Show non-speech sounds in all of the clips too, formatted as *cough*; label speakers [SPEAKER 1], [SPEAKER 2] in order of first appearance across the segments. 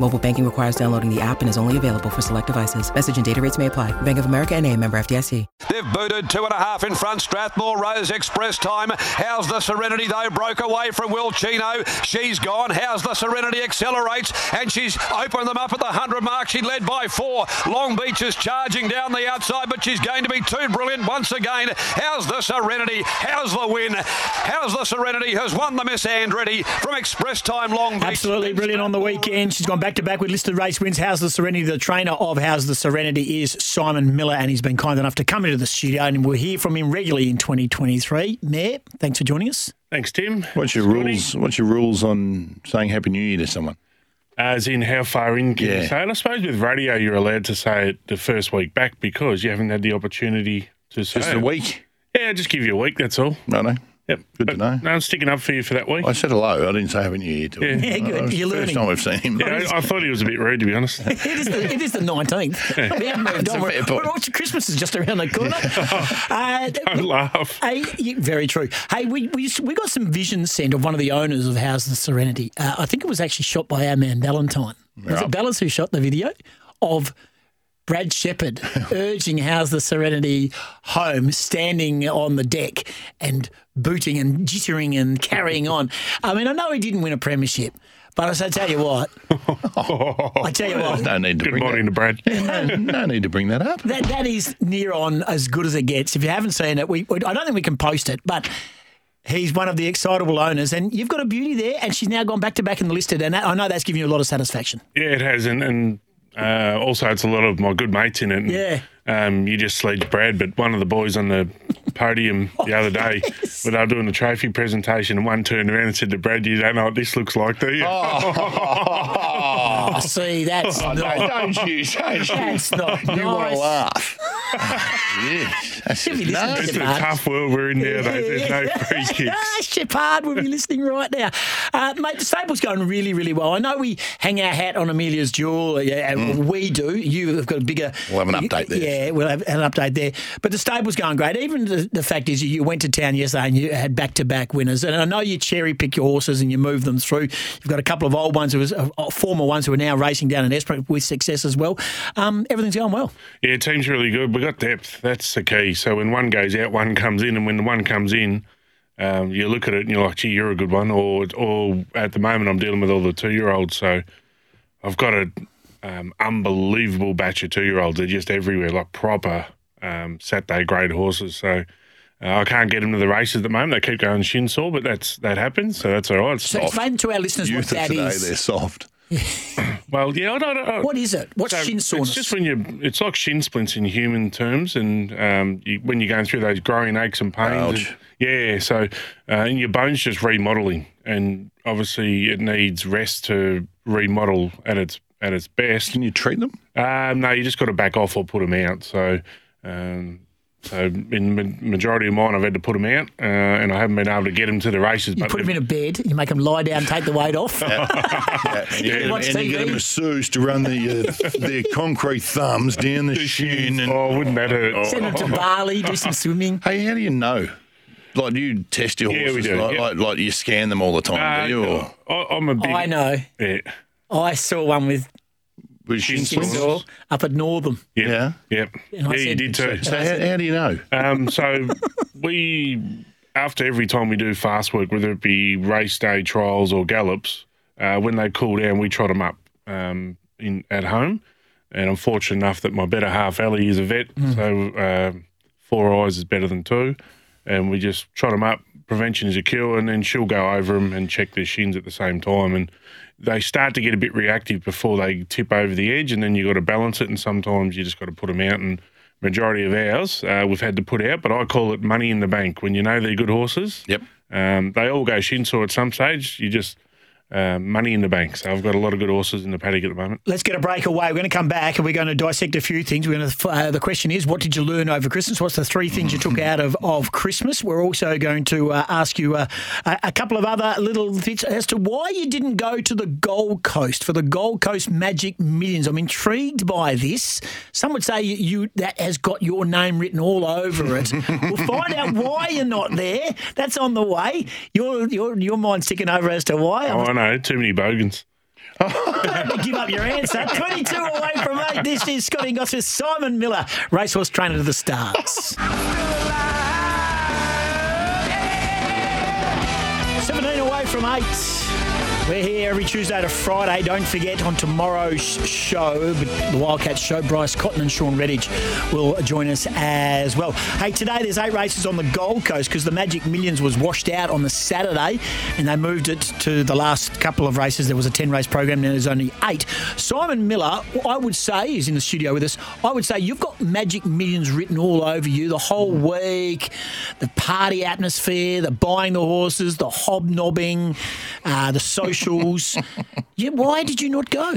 [SPEAKER 1] Mobile banking requires downloading the app and is only available for select devices. Message and data rates may apply. Bank of America and a member FDIC.
[SPEAKER 2] They've booted two and a half in front. Strathmore Rose Express time. How's the Serenity though? Broke away from Will Chino. She's gone. How's the Serenity accelerates and she's opened them up at the hundred mark. She led by four. Long Beach is charging down the outside, but she's going to be too brilliant once again. How's the Serenity? How's the win? How's the Serenity has won the Miss Andretti from Express Time Long Beach.
[SPEAKER 3] Absolutely brilliant on the weekend. She's gone back to back with listed race wins. How's the Serenity? The trainer of How's the Serenity is Simon Miller, and he's been kind enough to come into the studio, and we'll hear from him regularly in 2023. Mayor, thanks for joining us.
[SPEAKER 4] Thanks, Tim.
[SPEAKER 5] What's your
[SPEAKER 4] Scotty?
[SPEAKER 5] rules? What's your rules on saying Happy New Year to someone?
[SPEAKER 4] As in, how far in can
[SPEAKER 5] Yeah.
[SPEAKER 4] you say it? I suppose with radio, you're allowed to say it the first week back because you haven't had the opportunity to say
[SPEAKER 5] Just
[SPEAKER 4] it.
[SPEAKER 5] a week.
[SPEAKER 4] Yeah, just give you a week, that's all.
[SPEAKER 5] No, no.
[SPEAKER 4] Yep.
[SPEAKER 5] Good
[SPEAKER 4] But,
[SPEAKER 5] to know.
[SPEAKER 4] No, I'm sticking up for you for that week.
[SPEAKER 5] I said hello. I didn't say Happy New Year to him.
[SPEAKER 4] Yeah.
[SPEAKER 3] Yeah, good.
[SPEAKER 5] That was
[SPEAKER 3] You're
[SPEAKER 5] the
[SPEAKER 3] learning.
[SPEAKER 5] First time I've seen him.
[SPEAKER 4] yeah, I, I thought he was a bit rude, to be honest. *laughs*
[SPEAKER 3] It is the, it is the
[SPEAKER 5] *laughs*
[SPEAKER 3] 19th. We haven't moved on.
[SPEAKER 5] a fair
[SPEAKER 3] We're,
[SPEAKER 5] point.
[SPEAKER 3] we're watching Christmas is just around the corner. Uh,
[SPEAKER 4] I laugh.
[SPEAKER 3] Hey, you- very true. Hey, we, we, we got some vision sent of one of the owners of House of the Serenity. Uh, I think it was actually shot by our man Valentine. Was it Ballas who shot the video of Brad Shepard urging House of the Serenity home, standing on the deck and booting and jittering and carrying on? I mean, I know he didn't win a premiership, but I say, tell you what, I tell you what,
[SPEAKER 5] No need to
[SPEAKER 4] Good
[SPEAKER 5] bring
[SPEAKER 4] morning to Brad.
[SPEAKER 5] that. No, no need to bring that up.
[SPEAKER 3] That that is near on as good as it gets. If you haven't seen it, we, we I don't think we can post it, but he's one of the excitable owners, and you've got a beauty there, and she's now gone back to back and listed, and that, I know that's giving you a lot of satisfaction.
[SPEAKER 4] Yeah, it has, and, and uh, also it's a lot of my good mates in it. and,
[SPEAKER 3] Yeah.
[SPEAKER 4] Um, you just sledged Brad, but one of the boys on the podium the other day, when they were doing the trophy presentation, and one turned around and said to Brad, "You don't know what this looks like, do you?"
[SPEAKER 3] *laughs*
[SPEAKER 4] *laughs*
[SPEAKER 3] I see that's
[SPEAKER 5] Oh,
[SPEAKER 3] not.
[SPEAKER 5] no, don't you, don't
[SPEAKER 3] *laughs*
[SPEAKER 5] you.
[SPEAKER 3] That's not
[SPEAKER 5] You
[SPEAKER 3] nice.
[SPEAKER 5] want to
[SPEAKER 3] *laughs*
[SPEAKER 5] laugh. yes. That's
[SPEAKER 3] If you
[SPEAKER 5] it.
[SPEAKER 3] listen
[SPEAKER 5] No.
[SPEAKER 3] to
[SPEAKER 4] It's a
[SPEAKER 3] Mark.
[SPEAKER 4] tough world we're in now, though.
[SPEAKER 3] *laughs*
[SPEAKER 4] There's no free kicks.
[SPEAKER 3] Shepard will be listening right now. Uh, mate, the stable's going really, really well. I know we hang our hat on Amelia's Jewel. Yeah, uh, We do. You have got a bigger.
[SPEAKER 5] Mm. We'll have an update there.
[SPEAKER 3] Yeah, we'll have an update there. But the stable's going great. Even the, the fact is, you- you went to town yesterday and you had back to back winners. And I know you cherry pick your horses and you move them through. You've got a couple of old ones, who was, uh, former ones who are now racing down in Esperance with success as well. Um, everything's going well.
[SPEAKER 4] Yeah, team's really good. We got depth. That's the key. So when one goes out, one comes in, and when the one comes in, um, you look at it and you're like, "Gee, you're a good one." Or, or at the moment, I'm dealing with all the two-year-olds, so I've got a um, unbelievable batch of two-year-olds. They're just everywhere, like proper um, Saturday grade horses. So. Uh, I can't get them to the races at the moment. They keep going shin sore, but that's that happens, so that's all right. It's
[SPEAKER 3] So
[SPEAKER 4] not-
[SPEAKER 3] explain to our listeners
[SPEAKER 5] Youth
[SPEAKER 3] what
[SPEAKER 5] of
[SPEAKER 3] that
[SPEAKER 5] Oh, today,
[SPEAKER 3] is.
[SPEAKER 5] they're soft.
[SPEAKER 4] well, yeah, I don't, I,
[SPEAKER 3] What is it? What's shin soreness?
[SPEAKER 4] It's just when you, it's like shin splints in human terms, and um, you, when you're going through those growing aches and pains.
[SPEAKER 5] Ouch.
[SPEAKER 4] and- yeah, so uh, and your bones just remodeling, and obviously it needs rest to remodel at its at its best.
[SPEAKER 5] Can you treat
[SPEAKER 3] *laughs*
[SPEAKER 5] them?
[SPEAKER 4] Um, no, you just got to back off or put them out. So, um, so in ma- majority of mine, I've had to put them out, uh, and I haven't been able to get them to the races.
[SPEAKER 3] You
[SPEAKER 4] but
[SPEAKER 3] put them in a bed, you make them lie down, take the weight off.
[SPEAKER 5] Yeah, and you, get,
[SPEAKER 3] watch
[SPEAKER 5] and you get a
[SPEAKER 3] TV.
[SPEAKER 5] masseuse to run the, uh, their concrete thumbs down the shin. And, oh,
[SPEAKER 4] oh, wouldn't that hurt?
[SPEAKER 3] Send them to Bali, do some swimming.
[SPEAKER 5] Hey, how do you know? Like, do you test your
[SPEAKER 4] Yeah, we
[SPEAKER 5] horses?
[SPEAKER 4] do,
[SPEAKER 5] Like,
[SPEAKER 4] yeah.
[SPEAKER 5] like, like, you scan them all the time,
[SPEAKER 4] Uh,
[SPEAKER 5] do you? Or
[SPEAKER 4] I, I'm a big.
[SPEAKER 3] Oh, I know.
[SPEAKER 4] Yeah.
[SPEAKER 3] I saw one with
[SPEAKER 5] with shin
[SPEAKER 4] shin
[SPEAKER 5] splints?
[SPEAKER 3] Kindle up at Northern.
[SPEAKER 4] Yep.
[SPEAKER 5] Yeah.
[SPEAKER 4] Yep.
[SPEAKER 3] And I
[SPEAKER 4] yeah, you
[SPEAKER 3] said-
[SPEAKER 4] did too.
[SPEAKER 5] So, how, how do you know?
[SPEAKER 4] Um, so we, after every time we do fast work, whether it be race day trials or gallops, uh, when they cool down, we trot them up um, in at home. And I'm fortunate enough that my better half, Ellie, is a vet, so uh, four eyes is better than two. And we just trot them up. Prevention is a cure, and then she'll go over them and check their shins at the same time. And they start to get a bit reactive before they tip over the edge, and then you got to balance it. And sometimes you just got to put them out. And majority of ours uh, we've had to put out, but I call it money in the bank. When you know they're good horses,
[SPEAKER 5] Yep.
[SPEAKER 4] um, they all go shin sore at some stage. You just uh, money in the bank. So I've got a lot of good horses in the paddock at the moment.
[SPEAKER 3] Let's get a break away. We're going to come back and we're going to dissect a few things. We're going to. Uh, the question is, what did you learn over Christmas? What's the three things you took out of, of Christmas? We're also going to uh, ask you uh, a, a couple of other little things as to why you didn't go to the Gold Coast for the Gold Coast Magic Millions. I'm intrigued by this. Some would say you, you that has got your name written all over it. we'll find out why you're not there. That's on the way. Your your your mind's ticking over as to why.
[SPEAKER 4] Oh, I know, too many bogans.
[SPEAKER 3] Don't give up your answer. 22 away from eight. This is Scotty Goss with Simon Miller, racehorse trainer to the stars. 17 away from eight. We're here every Tuesday to Friday. Don't forget on tomorrow's show, the Wildcats show, Bryce Cotton and Sean Redditch will join us as well. Hey, today there's eight races on the Gold Coast because the Magic Millions was washed out on the Saturday and they moved it to the last couple of races. There was a 10 race program, now there's only eight. Simon Miller, I would say, is in the studio with us. I would say you've got Magic Millions written all over you the whole week, the party atmosphere, the buying the horses, the hobnobbing, uh, the socials. yeah, why did you not go?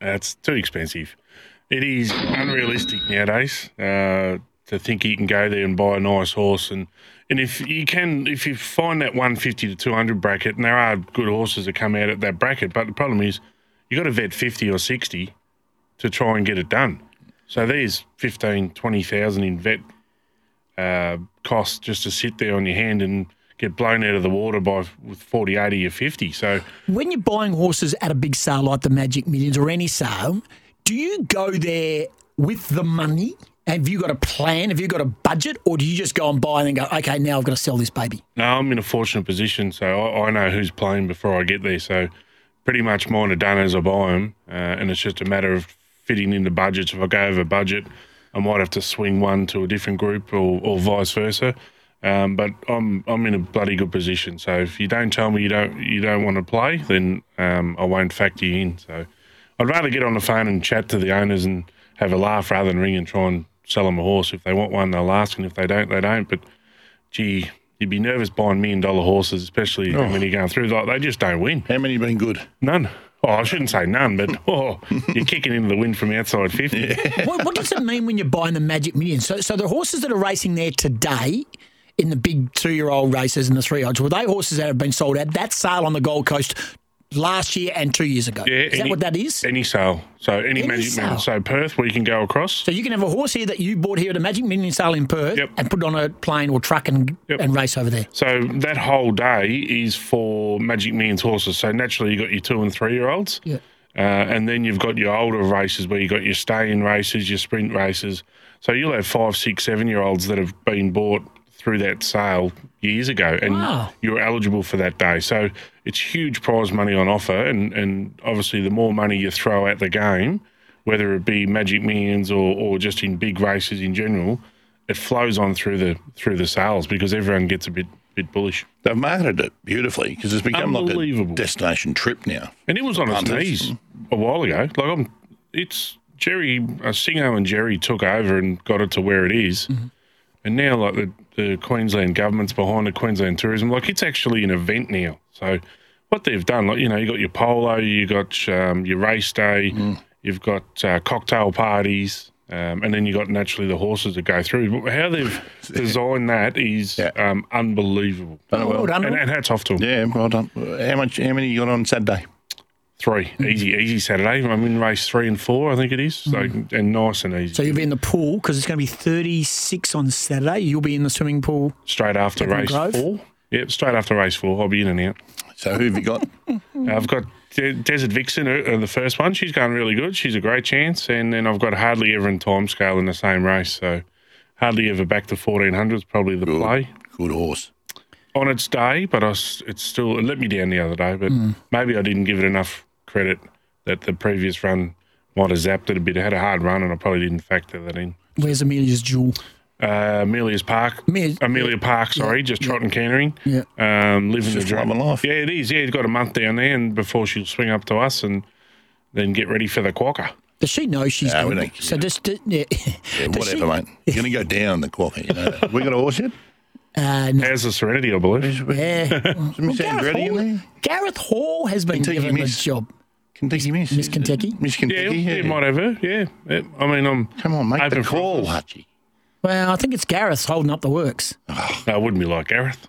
[SPEAKER 4] That's Uh, too expensive. It is unrealistic nowadays uh, to think you can go there and buy a nice horse, and and if you can, if you find that one fifty to two hundred bracket, and there are good horses that come out at that bracket, but the problem is you got to vet fifty or sixty to try and get it done. So there's 15, 20,000 in vet uh, costs just to sit there on your hand and get blown out of the water by with 40, 80 or 50. So
[SPEAKER 3] When you're buying horses at a big sale like the Magic Millions or any sale, do you go there with the money? Have you got a plan? Have you got a budget? Or do you just go and buy and then go, okay, now I've got to sell this baby?
[SPEAKER 4] No, I'm in a fortunate position, so I, I know who's playing before I get there. So pretty much mine are done as I buy them, uh, and it's just a matter of fitting into budgets. If I go over budget, I might have to swing one to a different group, or, or vice versa. Um, but I'm I'm in a bloody good position. So if you don't tell me you don't you don't want to play, then um, I won't factor you in. So I'd rather get on the phone and chat to the owners and have a laugh rather than ring and try and sell them a horse. If they want one, they'll ask, and if they don't, they don't. But gee, you'd be nervous buying million dollar horses, especially when you're going through. Like they just don't win.
[SPEAKER 5] How many been good?
[SPEAKER 4] None. Oh, I shouldn't say none, but *laughs* oh, you're kicking into the wind from outside fifty.
[SPEAKER 3] what, what does it mean when you're buying the Magic Millions? So, so the horses that are racing there today in the big two year old races and the three year olds, were they horses that have been sold at that sale on the Gold Coast last year and two years ago?
[SPEAKER 4] Yeah,
[SPEAKER 3] is that
[SPEAKER 4] any-
[SPEAKER 3] what that is?
[SPEAKER 4] Any sale, so any,
[SPEAKER 3] Any
[SPEAKER 4] magic
[SPEAKER 3] sale.
[SPEAKER 4] man. So Perth, where you can go across.
[SPEAKER 3] So you can have a horse here that you bought here at a Magic Million sale in Perth
[SPEAKER 4] Yep.
[SPEAKER 3] and put it on a plane or truck and
[SPEAKER 4] Yep.
[SPEAKER 3] and race over there.
[SPEAKER 4] So that whole day is for Magic Millions horses. So naturally, you got your two and three year olds,
[SPEAKER 3] Yeah.
[SPEAKER 4] uh, and then you've got your older races where you got your stay-in races, your sprint races. So you'll have five, six, seven year olds that have been bought through that sale years ago, and
[SPEAKER 3] Wow.
[SPEAKER 4] you're eligible for that day. So it's huge prize money on offer, and and obviously the more money you throw at the game, whether it be Magic Millions or or just in big races in general. It flows on through the through the sales because everyone gets a bit bit bullish.
[SPEAKER 5] They've marketed it beautifully because it's become like a
[SPEAKER 4] Unbelievable.
[SPEAKER 5] destination trip now.
[SPEAKER 4] And it was on its
[SPEAKER 5] Punters.
[SPEAKER 4] knees a while ago. Like I'm, it's Jerry uh, Singo and Jerry took over and got it to where it is.
[SPEAKER 5] Mm-hmm.
[SPEAKER 4] and now like the, the Queensland government's behind the Queensland tourism. Like it's actually an event now. So what they've done, like you know, you got your polo, you got um, your race day,
[SPEAKER 5] Mm-hmm.
[SPEAKER 4] you've got uh, cocktail parties. Um, and then you got naturally the horses that go through. How
[SPEAKER 5] *laughs*
[SPEAKER 4] they've designed that is
[SPEAKER 5] Yeah.
[SPEAKER 4] um, unbelievable.
[SPEAKER 5] Oh, well.
[SPEAKER 3] Well done,
[SPEAKER 4] And,
[SPEAKER 3] Rob.
[SPEAKER 4] and hats off to them.
[SPEAKER 5] Yeah, well done. How much? How many you got on Saturday?
[SPEAKER 4] Three. Easy, easy Saturday. I'm in race three and four, I think it is. So and nice and easy.
[SPEAKER 3] So you'll be in the pool because it's going to be 36 on Saturday. You'll be in the swimming pool.
[SPEAKER 4] straight after
[SPEAKER 3] Everyone
[SPEAKER 4] race
[SPEAKER 3] Grove?
[SPEAKER 4] four. Yep, straight after race four. I'll be in and out.
[SPEAKER 5] So who have
[SPEAKER 3] *laughs*
[SPEAKER 5] you got?
[SPEAKER 4] I've got De- Desert Vixen, uh, uh, the first one. She's going really good. She's a great chance. And then I've got hardly ever in time scale in the same race. So hardly ever back to 1400s, probably the play
[SPEAKER 5] Good horse.
[SPEAKER 4] on its day. But I s it's still, it let me down the other day. But maybe I didn't give it enough credit that the previous run might have zapped it a bit. It had a hard run and I probably didn't factor that in.
[SPEAKER 3] Where's Amelia's jewel?
[SPEAKER 4] uh, Amelia's Park.
[SPEAKER 3] Amel-
[SPEAKER 4] Amelia Park, sorry, just trotting cannery.
[SPEAKER 3] Yeah.
[SPEAKER 4] Um, living
[SPEAKER 5] Just
[SPEAKER 4] the dream.
[SPEAKER 5] loving life.
[SPEAKER 4] Yeah, it is. Yeah, he's got a month down there, and before she'll swing up to us and then get ready for the quokka.
[SPEAKER 3] Does she know she's
[SPEAKER 5] Nah, we
[SPEAKER 3] good?
[SPEAKER 5] don't-
[SPEAKER 3] So just yeah. *laughs*
[SPEAKER 5] Yeah,
[SPEAKER 3] Does she-
[SPEAKER 5] whatever, mate. You're going to go down the quokka. You know. that. we got a horse yet?
[SPEAKER 3] Uh, no.
[SPEAKER 4] As a Serenity, I believe.
[SPEAKER 5] *laughs*
[SPEAKER 3] Yeah. Well,
[SPEAKER 5] Miss
[SPEAKER 3] Eh. Gareth,
[SPEAKER 5] Andretti in
[SPEAKER 3] Hall,
[SPEAKER 5] there?
[SPEAKER 3] Gareth Hall has been
[SPEAKER 5] Kentucky
[SPEAKER 3] given
[SPEAKER 5] Miss.
[SPEAKER 3] this job.
[SPEAKER 5] Kentucky Miss.
[SPEAKER 3] Miss Kentucky.
[SPEAKER 5] Miss
[SPEAKER 4] Yeah,
[SPEAKER 5] Kentucky. Yeah,
[SPEAKER 4] it might have her. Yeah. Yeah. I mean, I'm.
[SPEAKER 5] Come on, make
[SPEAKER 4] Open
[SPEAKER 5] the call,
[SPEAKER 4] for-
[SPEAKER 5] Hutchie.
[SPEAKER 3] Well, I think it's Gareth's holding up the works.
[SPEAKER 4] No, it wouldn't be like Gareth.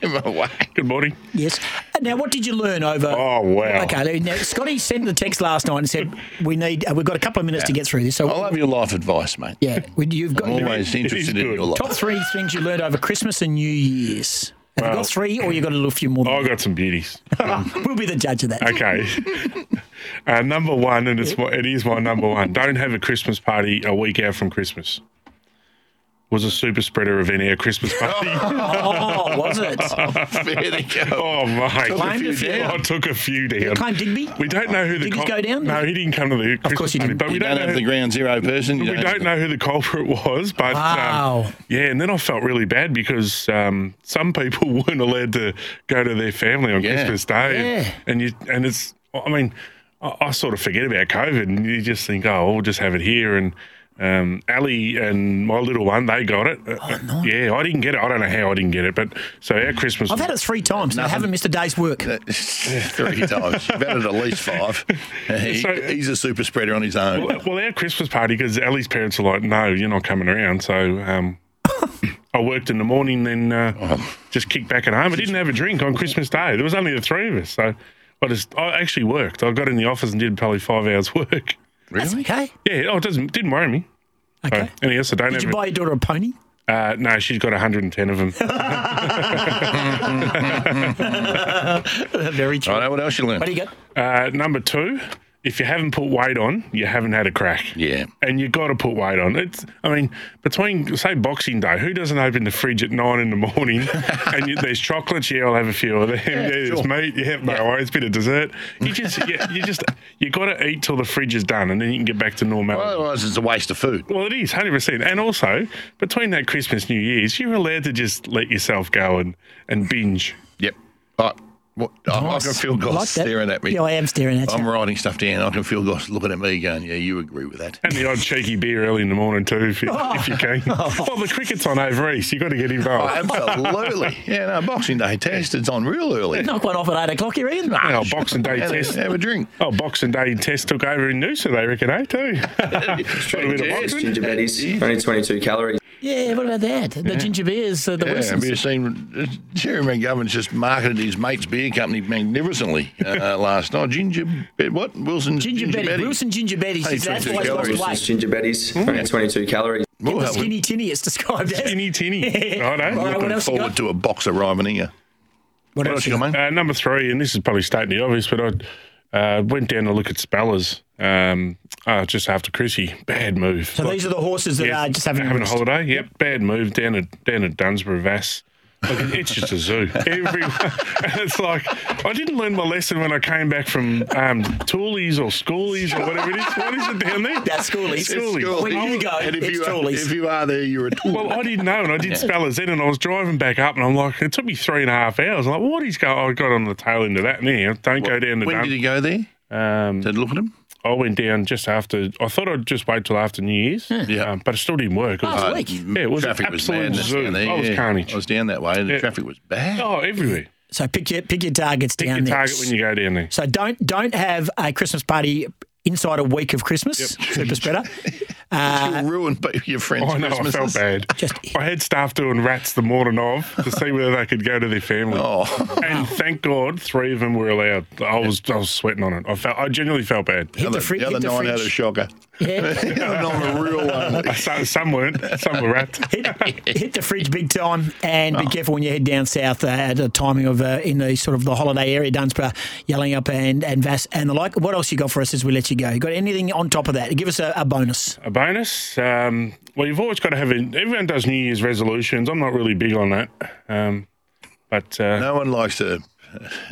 [SPEAKER 5] Him away.
[SPEAKER 4] Good morning.
[SPEAKER 3] Yes. Now, what did you learn over?
[SPEAKER 4] Oh, wow.
[SPEAKER 3] Okay. Now, Scotty sent the text last night and said we need. Uh, we've got a couple of minutes to get through this. So,
[SPEAKER 5] I love your life advice, mate.
[SPEAKER 3] yeah, we, you've got
[SPEAKER 5] I'm always
[SPEAKER 4] He's
[SPEAKER 5] interested in
[SPEAKER 4] good.
[SPEAKER 5] your life.
[SPEAKER 3] top three things you learned over Christmas and New Year's. Have you
[SPEAKER 4] Well-
[SPEAKER 3] got three, or you got a little few more?
[SPEAKER 4] I got some beauties.
[SPEAKER 3] we'll be the judge of that. *laughs*
[SPEAKER 4] Okay. uh, number one, and it's my, it is my number one. Don't have a Christmas party a week out from Christmas. Was a super spreader event our Christmas
[SPEAKER 5] *laughs*
[SPEAKER 4] party.
[SPEAKER 3] Oh, was it?
[SPEAKER 5] Fair to
[SPEAKER 4] *laughs*
[SPEAKER 5] go.
[SPEAKER 4] oh my!
[SPEAKER 3] Claimed a few down.
[SPEAKER 4] I took a few down.
[SPEAKER 3] Climbed Digby.
[SPEAKER 4] We don't know who the
[SPEAKER 3] Did he go down?
[SPEAKER 4] No, he didn't come to the. Christmas
[SPEAKER 3] course he
[SPEAKER 4] party,
[SPEAKER 3] didn't.
[SPEAKER 4] But we
[SPEAKER 5] You
[SPEAKER 4] don't,
[SPEAKER 5] don't
[SPEAKER 4] know.
[SPEAKER 5] have the ground zero person. You
[SPEAKER 4] we don't know who the culprit was, but
[SPEAKER 3] Wow.
[SPEAKER 4] um, yeah, and then I felt really bad because um, some people *laughs* weren't allowed to go to their family on
[SPEAKER 5] Yeah.
[SPEAKER 4] Christmas Day,
[SPEAKER 3] Yeah.
[SPEAKER 4] and you and it's I mean I, I sort of forget about COVID, and you just think oh we'll just have it here, and um, Ali and my little one they got it,
[SPEAKER 3] Oh,
[SPEAKER 4] yeah I didn't get it, I don't know how I didn't get it, but so our Christmas
[SPEAKER 3] I've had it three times. and I haven't missed a day's work.
[SPEAKER 5] *laughs* Three times. You've had it at least five. He-
[SPEAKER 4] So-
[SPEAKER 5] he's a super spreader on his own.
[SPEAKER 4] Well, well, our Christmas party, because Ellie's parents are like, no, you're not coming around. So
[SPEAKER 3] *laughs*
[SPEAKER 4] um, I worked in the morning, then uh,
[SPEAKER 3] Um.
[SPEAKER 4] just kicked back at home. I didn't have a drink on Christmas Day. There was only the three of us. So I just, I actually worked. I got in the office and did probably five hours *laughs* work.
[SPEAKER 3] That's okay.
[SPEAKER 4] Yeah, oh, it doesn't, didn't worry me. So,
[SPEAKER 3] Okay.
[SPEAKER 4] anyhow, so don't
[SPEAKER 3] Did you
[SPEAKER 4] have
[SPEAKER 3] buy your daughter a pony? *laughs*
[SPEAKER 4] uh, no, she's got 110 of them.
[SPEAKER 3] Very true.
[SPEAKER 5] I know what else you
[SPEAKER 3] What
[SPEAKER 5] learned.
[SPEAKER 3] do you got?
[SPEAKER 4] uh, number two, if you haven't put weight on, you haven't had a crack.
[SPEAKER 5] Yeah.
[SPEAKER 4] and you got to put weight on. It's, I mean, between say Boxing Day, who doesn't open the fridge at nine in the *laughs* morning? and you, there's chocolates. Yeah, I'll have a few of them. Yeah, there's meat. Yeah, no worries. Bit of dessert. You just, you, you *laughs* just, you got to eat till the fridge is done, and then you can get back to normality. Well,
[SPEAKER 5] Otherwise, it's a waste of food.
[SPEAKER 4] it is hundred percent. And also between that Christmas, New Year's, you're allowed to just let yourself go and and binge.
[SPEAKER 5] Yep. I, what, I, I
[SPEAKER 3] Nice.
[SPEAKER 5] can feel
[SPEAKER 3] I
[SPEAKER 5] Goss
[SPEAKER 3] like that.
[SPEAKER 5] staring at me.
[SPEAKER 3] Yeah, I am staring at you.
[SPEAKER 5] I'm writing stuff down. I can feel Goss looking at me going, yeah, you agree
[SPEAKER 4] *laughs*
[SPEAKER 5] with that.
[SPEAKER 4] And the odd cheeky beer early in the morning too, if you, if you
[SPEAKER 5] *laughs*
[SPEAKER 4] can. Well, the cricket's on over east. You got to get
[SPEAKER 5] Oh,
[SPEAKER 4] involved.
[SPEAKER 5] absolutely. Yeah, no, Boxing Day test, it's on real early.
[SPEAKER 3] Knock one off at eight o'clock here, Ian.
[SPEAKER 4] Oh, Boxing Day
[SPEAKER 5] Have a-
[SPEAKER 4] test.
[SPEAKER 5] Have a drink.
[SPEAKER 4] Oh, Boxing Day test took over in Noosa, they reckon, eh,
[SPEAKER 5] *laughs*
[SPEAKER 4] too? Got a bit of
[SPEAKER 5] Yeah.
[SPEAKER 4] boxing.
[SPEAKER 6] Ginger Betty's, only 22 calories.
[SPEAKER 3] Yeah, what about that? The ginger beers, uh, the
[SPEAKER 5] Yeah,
[SPEAKER 3] Wilsons.
[SPEAKER 5] have you seen uh, Jerry McGovern's just marketed his mate's beer company magnificently
[SPEAKER 4] *laughs*
[SPEAKER 5] uh, last night? Ginger, Bet- what Wilson's
[SPEAKER 3] Ginger, Betty. Wilson Ginger Betty.
[SPEAKER 5] Hey,
[SPEAKER 3] She's that's
[SPEAKER 5] 22
[SPEAKER 3] why he's lost
[SPEAKER 5] calories.
[SPEAKER 3] weight.
[SPEAKER 6] Ginger Betty's, only 22 calories.
[SPEAKER 5] We'll
[SPEAKER 3] The
[SPEAKER 5] have
[SPEAKER 3] skinny tinny it's described as. *laughs*
[SPEAKER 4] Tinny, tinny. I
[SPEAKER 3] All right, what
[SPEAKER 4] know.
[SPEAKER 5] looking
[SPEAKER 3] else you
[SPEAKER 5] forward
[SPEAKER 3] got?
[SPEAKER 5] to a box of rye here. What, else you got, mate?
[SPEAKER 4] Uh, number three, and this is probably stating the obvious, but I uh, went down to look at Spellers um, uh, just after Chrissy. Bad move.
[SPEAKER 3] So these are the horses that are Uh, just having,
[SPEAKER 4] having a
[SPEAKER 3] rest.
[SPEAKER 4] holiday. Yep, bad move down at down at Dunsborough Vass. Look, it's just
[SPEAKER 3] *laughs*
[SPEAKER 4] a zoo. Every, and it's like I didn't learn my lesson when I came back from um, Toolies or Schoolies or whatever it is. What is it
[SPEAKER 3] *laughs*
[SPEAKER 4] down there?
[SPEAKER 3] That's Schoolies.
[SPEAKER 4] Schoolies.
[SPEAKER 5] It's Schoolies.
[SPEAKER 3] Where you go,
[SPEAKER 5] And if,
[SPEAKER 3] it's
[SPEAKER 5] you are,
[SPEAKER 3] Charlie's.
[SPEAKER 5] if you are there, you're a tool.
[SPEAKER 4] Well, I didn't know, and I did spellers then, and I was driving back up, and I'm like, it took me three and a half hours. I'm like, what is going? I got on the tail end of that now. Don't go down to
[SPEAKER 5] when
[SPEAKER 4] Dun-
[SPEAKER 5] did you go there?
[SPEAKER 4] um,
[SPEAKER 5] To look at him?
[SPEAKER 4] I went down just after. I thought I'd just wait till after New Year's,
[SPEAKER 5] Yeah.
[SPEAKER 4] um, but it still didn't work. It was-
[SPEAKER 3] Last week.
[SPEAKER 4] Yeah, it was
[SPEAKER 5] Mm, traffic was
[SPEAKER 4] absolute
[SPEAKER 5] madness
[SPEAKER 4] zoo.
[SPEAKER 5] down there.
[SPEAKER 4] I was
[SPEAKER 5] yeah.
[SPEAKER 4] carnage.
[SPEAKER 5] I was down that way. The
[SPEAKER 4] Yeah.
[SPEAKER 5] traffic was bad.
[SPEAKER 4] oh, everywhere.
[SPEAKER 3] So pick your pick your targets
[SPEAKER 4] Pick
[SPEAKER 3] down
[SPEAKER 4] your
[SPEAKER 3] there.
[SPEAKER 4] target when you go down there.
[SPEAKER 3] So don't don't have a Christmas party inside a week of Christmas. Super spreader.
[SPEAKER 5] You'll ruin both your friends'
[SPEAKER 4] Oh, I know, I
[SPEAKER 5] Christmases.
[SPEAKER 4] felt bad.
[SPEAKER 3] Just-
[SPEAKER 4] I had staff doing rats the morning of to see whether they could go to their family.
[SPEAKER 5] Oh,
[SPEAKER 4] And thank God, three of them were allowed. I was, I was sweating on it. I felt, I genuinely felt bad.
[SPEAKER 3] Hit the,
[SPEAKER 5] the,
[SPEAKER 3] fri-
[SPEAKER 5] the other
[SPEAKER 3] hit the
[SPEAKER 5] nine had a
[SPEAKER 3] fridge. *laughs*
[SPEAKER 5] shocker.
[SPEAKER 3] Yeah.
[SPEAKER 5] the *laughs* other nine had a real *laughs* one.
[SPEAKER 4] Some, Uh, some weren't. Some were wrapped.
[SPEAKER 3] hit, *laughs* hit the fridge big time and be careful when you head down south uh, at the timing of uh, in the sort of the holiday area, Dunsborough, Yelling Up and, and Vass and the like. What else you got for us as we let you go? You got anything on top of that? Give us a, a bonus.
[SPEAKER 4] A bonus. Um, well, you've always got to have. A, everyone does New Year's resolutions. I'm not really big on that. Um, but uh,
[SPEAKER 5] No one likes a,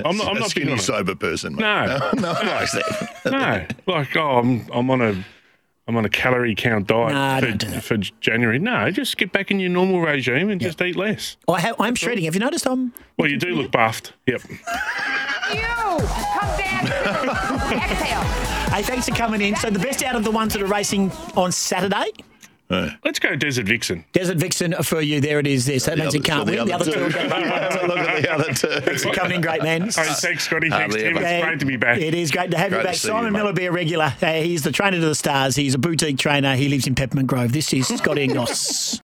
[SPEAKER 4] I'm not. I'm not
[SPEAKER 5] a
[SPEAKER 4] big
[SPEAKER 5] skinny
[SPEAKER 4] on it.
[SPEAKER 5] sober person. Mate.
[SPEAKER 4] No.
[SPEAKER 5] *laughs* no one likes *laughs* that.
[SPEAKER 4] No, like oh, I'm I'm on a I'm on a calorie count diet
[SPEAKER 3] Nah,
[SPEAKER 4] for,
[SPEAKER 3] don't do that.
[SPEAKER 4] for January. No, just get back in your normal regime and just eat less.
[SPEAKER 3] I ha- I'm shredding. Have you noticed I'm
[SPEAKER 4] Well, you do look buffed. Yep.
[SPEAKER 7] you. Come back. Exhale.
[SPEAKER 3] Hey, thanks for coming in. So the best out of the ones that are racing on Saturday.
[SPEAKER 4] Let's go Desert
[SPEAKER 5] *laughs*
[SPEAKER 4] Vixen.
[SPEAKER 3] Desert Vixen for you. There it is. There. So that means you can't win. The other two. *laughs* are going-
[SPEAKER 5] *laughs* Look at the other
[SPEAKER 4] *laughs*
[SPEAKER 5] two.
[SPEAKER 3] You're coming in great, man.
[SPEAKER 4] Oh, thanks, Scotty. Thanks,
[SPEAKER 5] Hardly
[SPEAKER 4] Tim.
[SPEAKER 5] ever.
[SPEAKER 4] It's great to be back.
[SPEAKER 3] It is great to have you
[SPEAKER 5] Great to
[SPEAKER 3] back.
[SPEAKER 5] see
[SPEAKER 3] Simon
[SPEAKER 5] you, mate.
[SPEAKER 3] Miller, be a *laughs* regular. Uh, he's the trainer to the stars. He's a boutique trainer. He lives in Peppermint Grove. This is Scotty and Goss.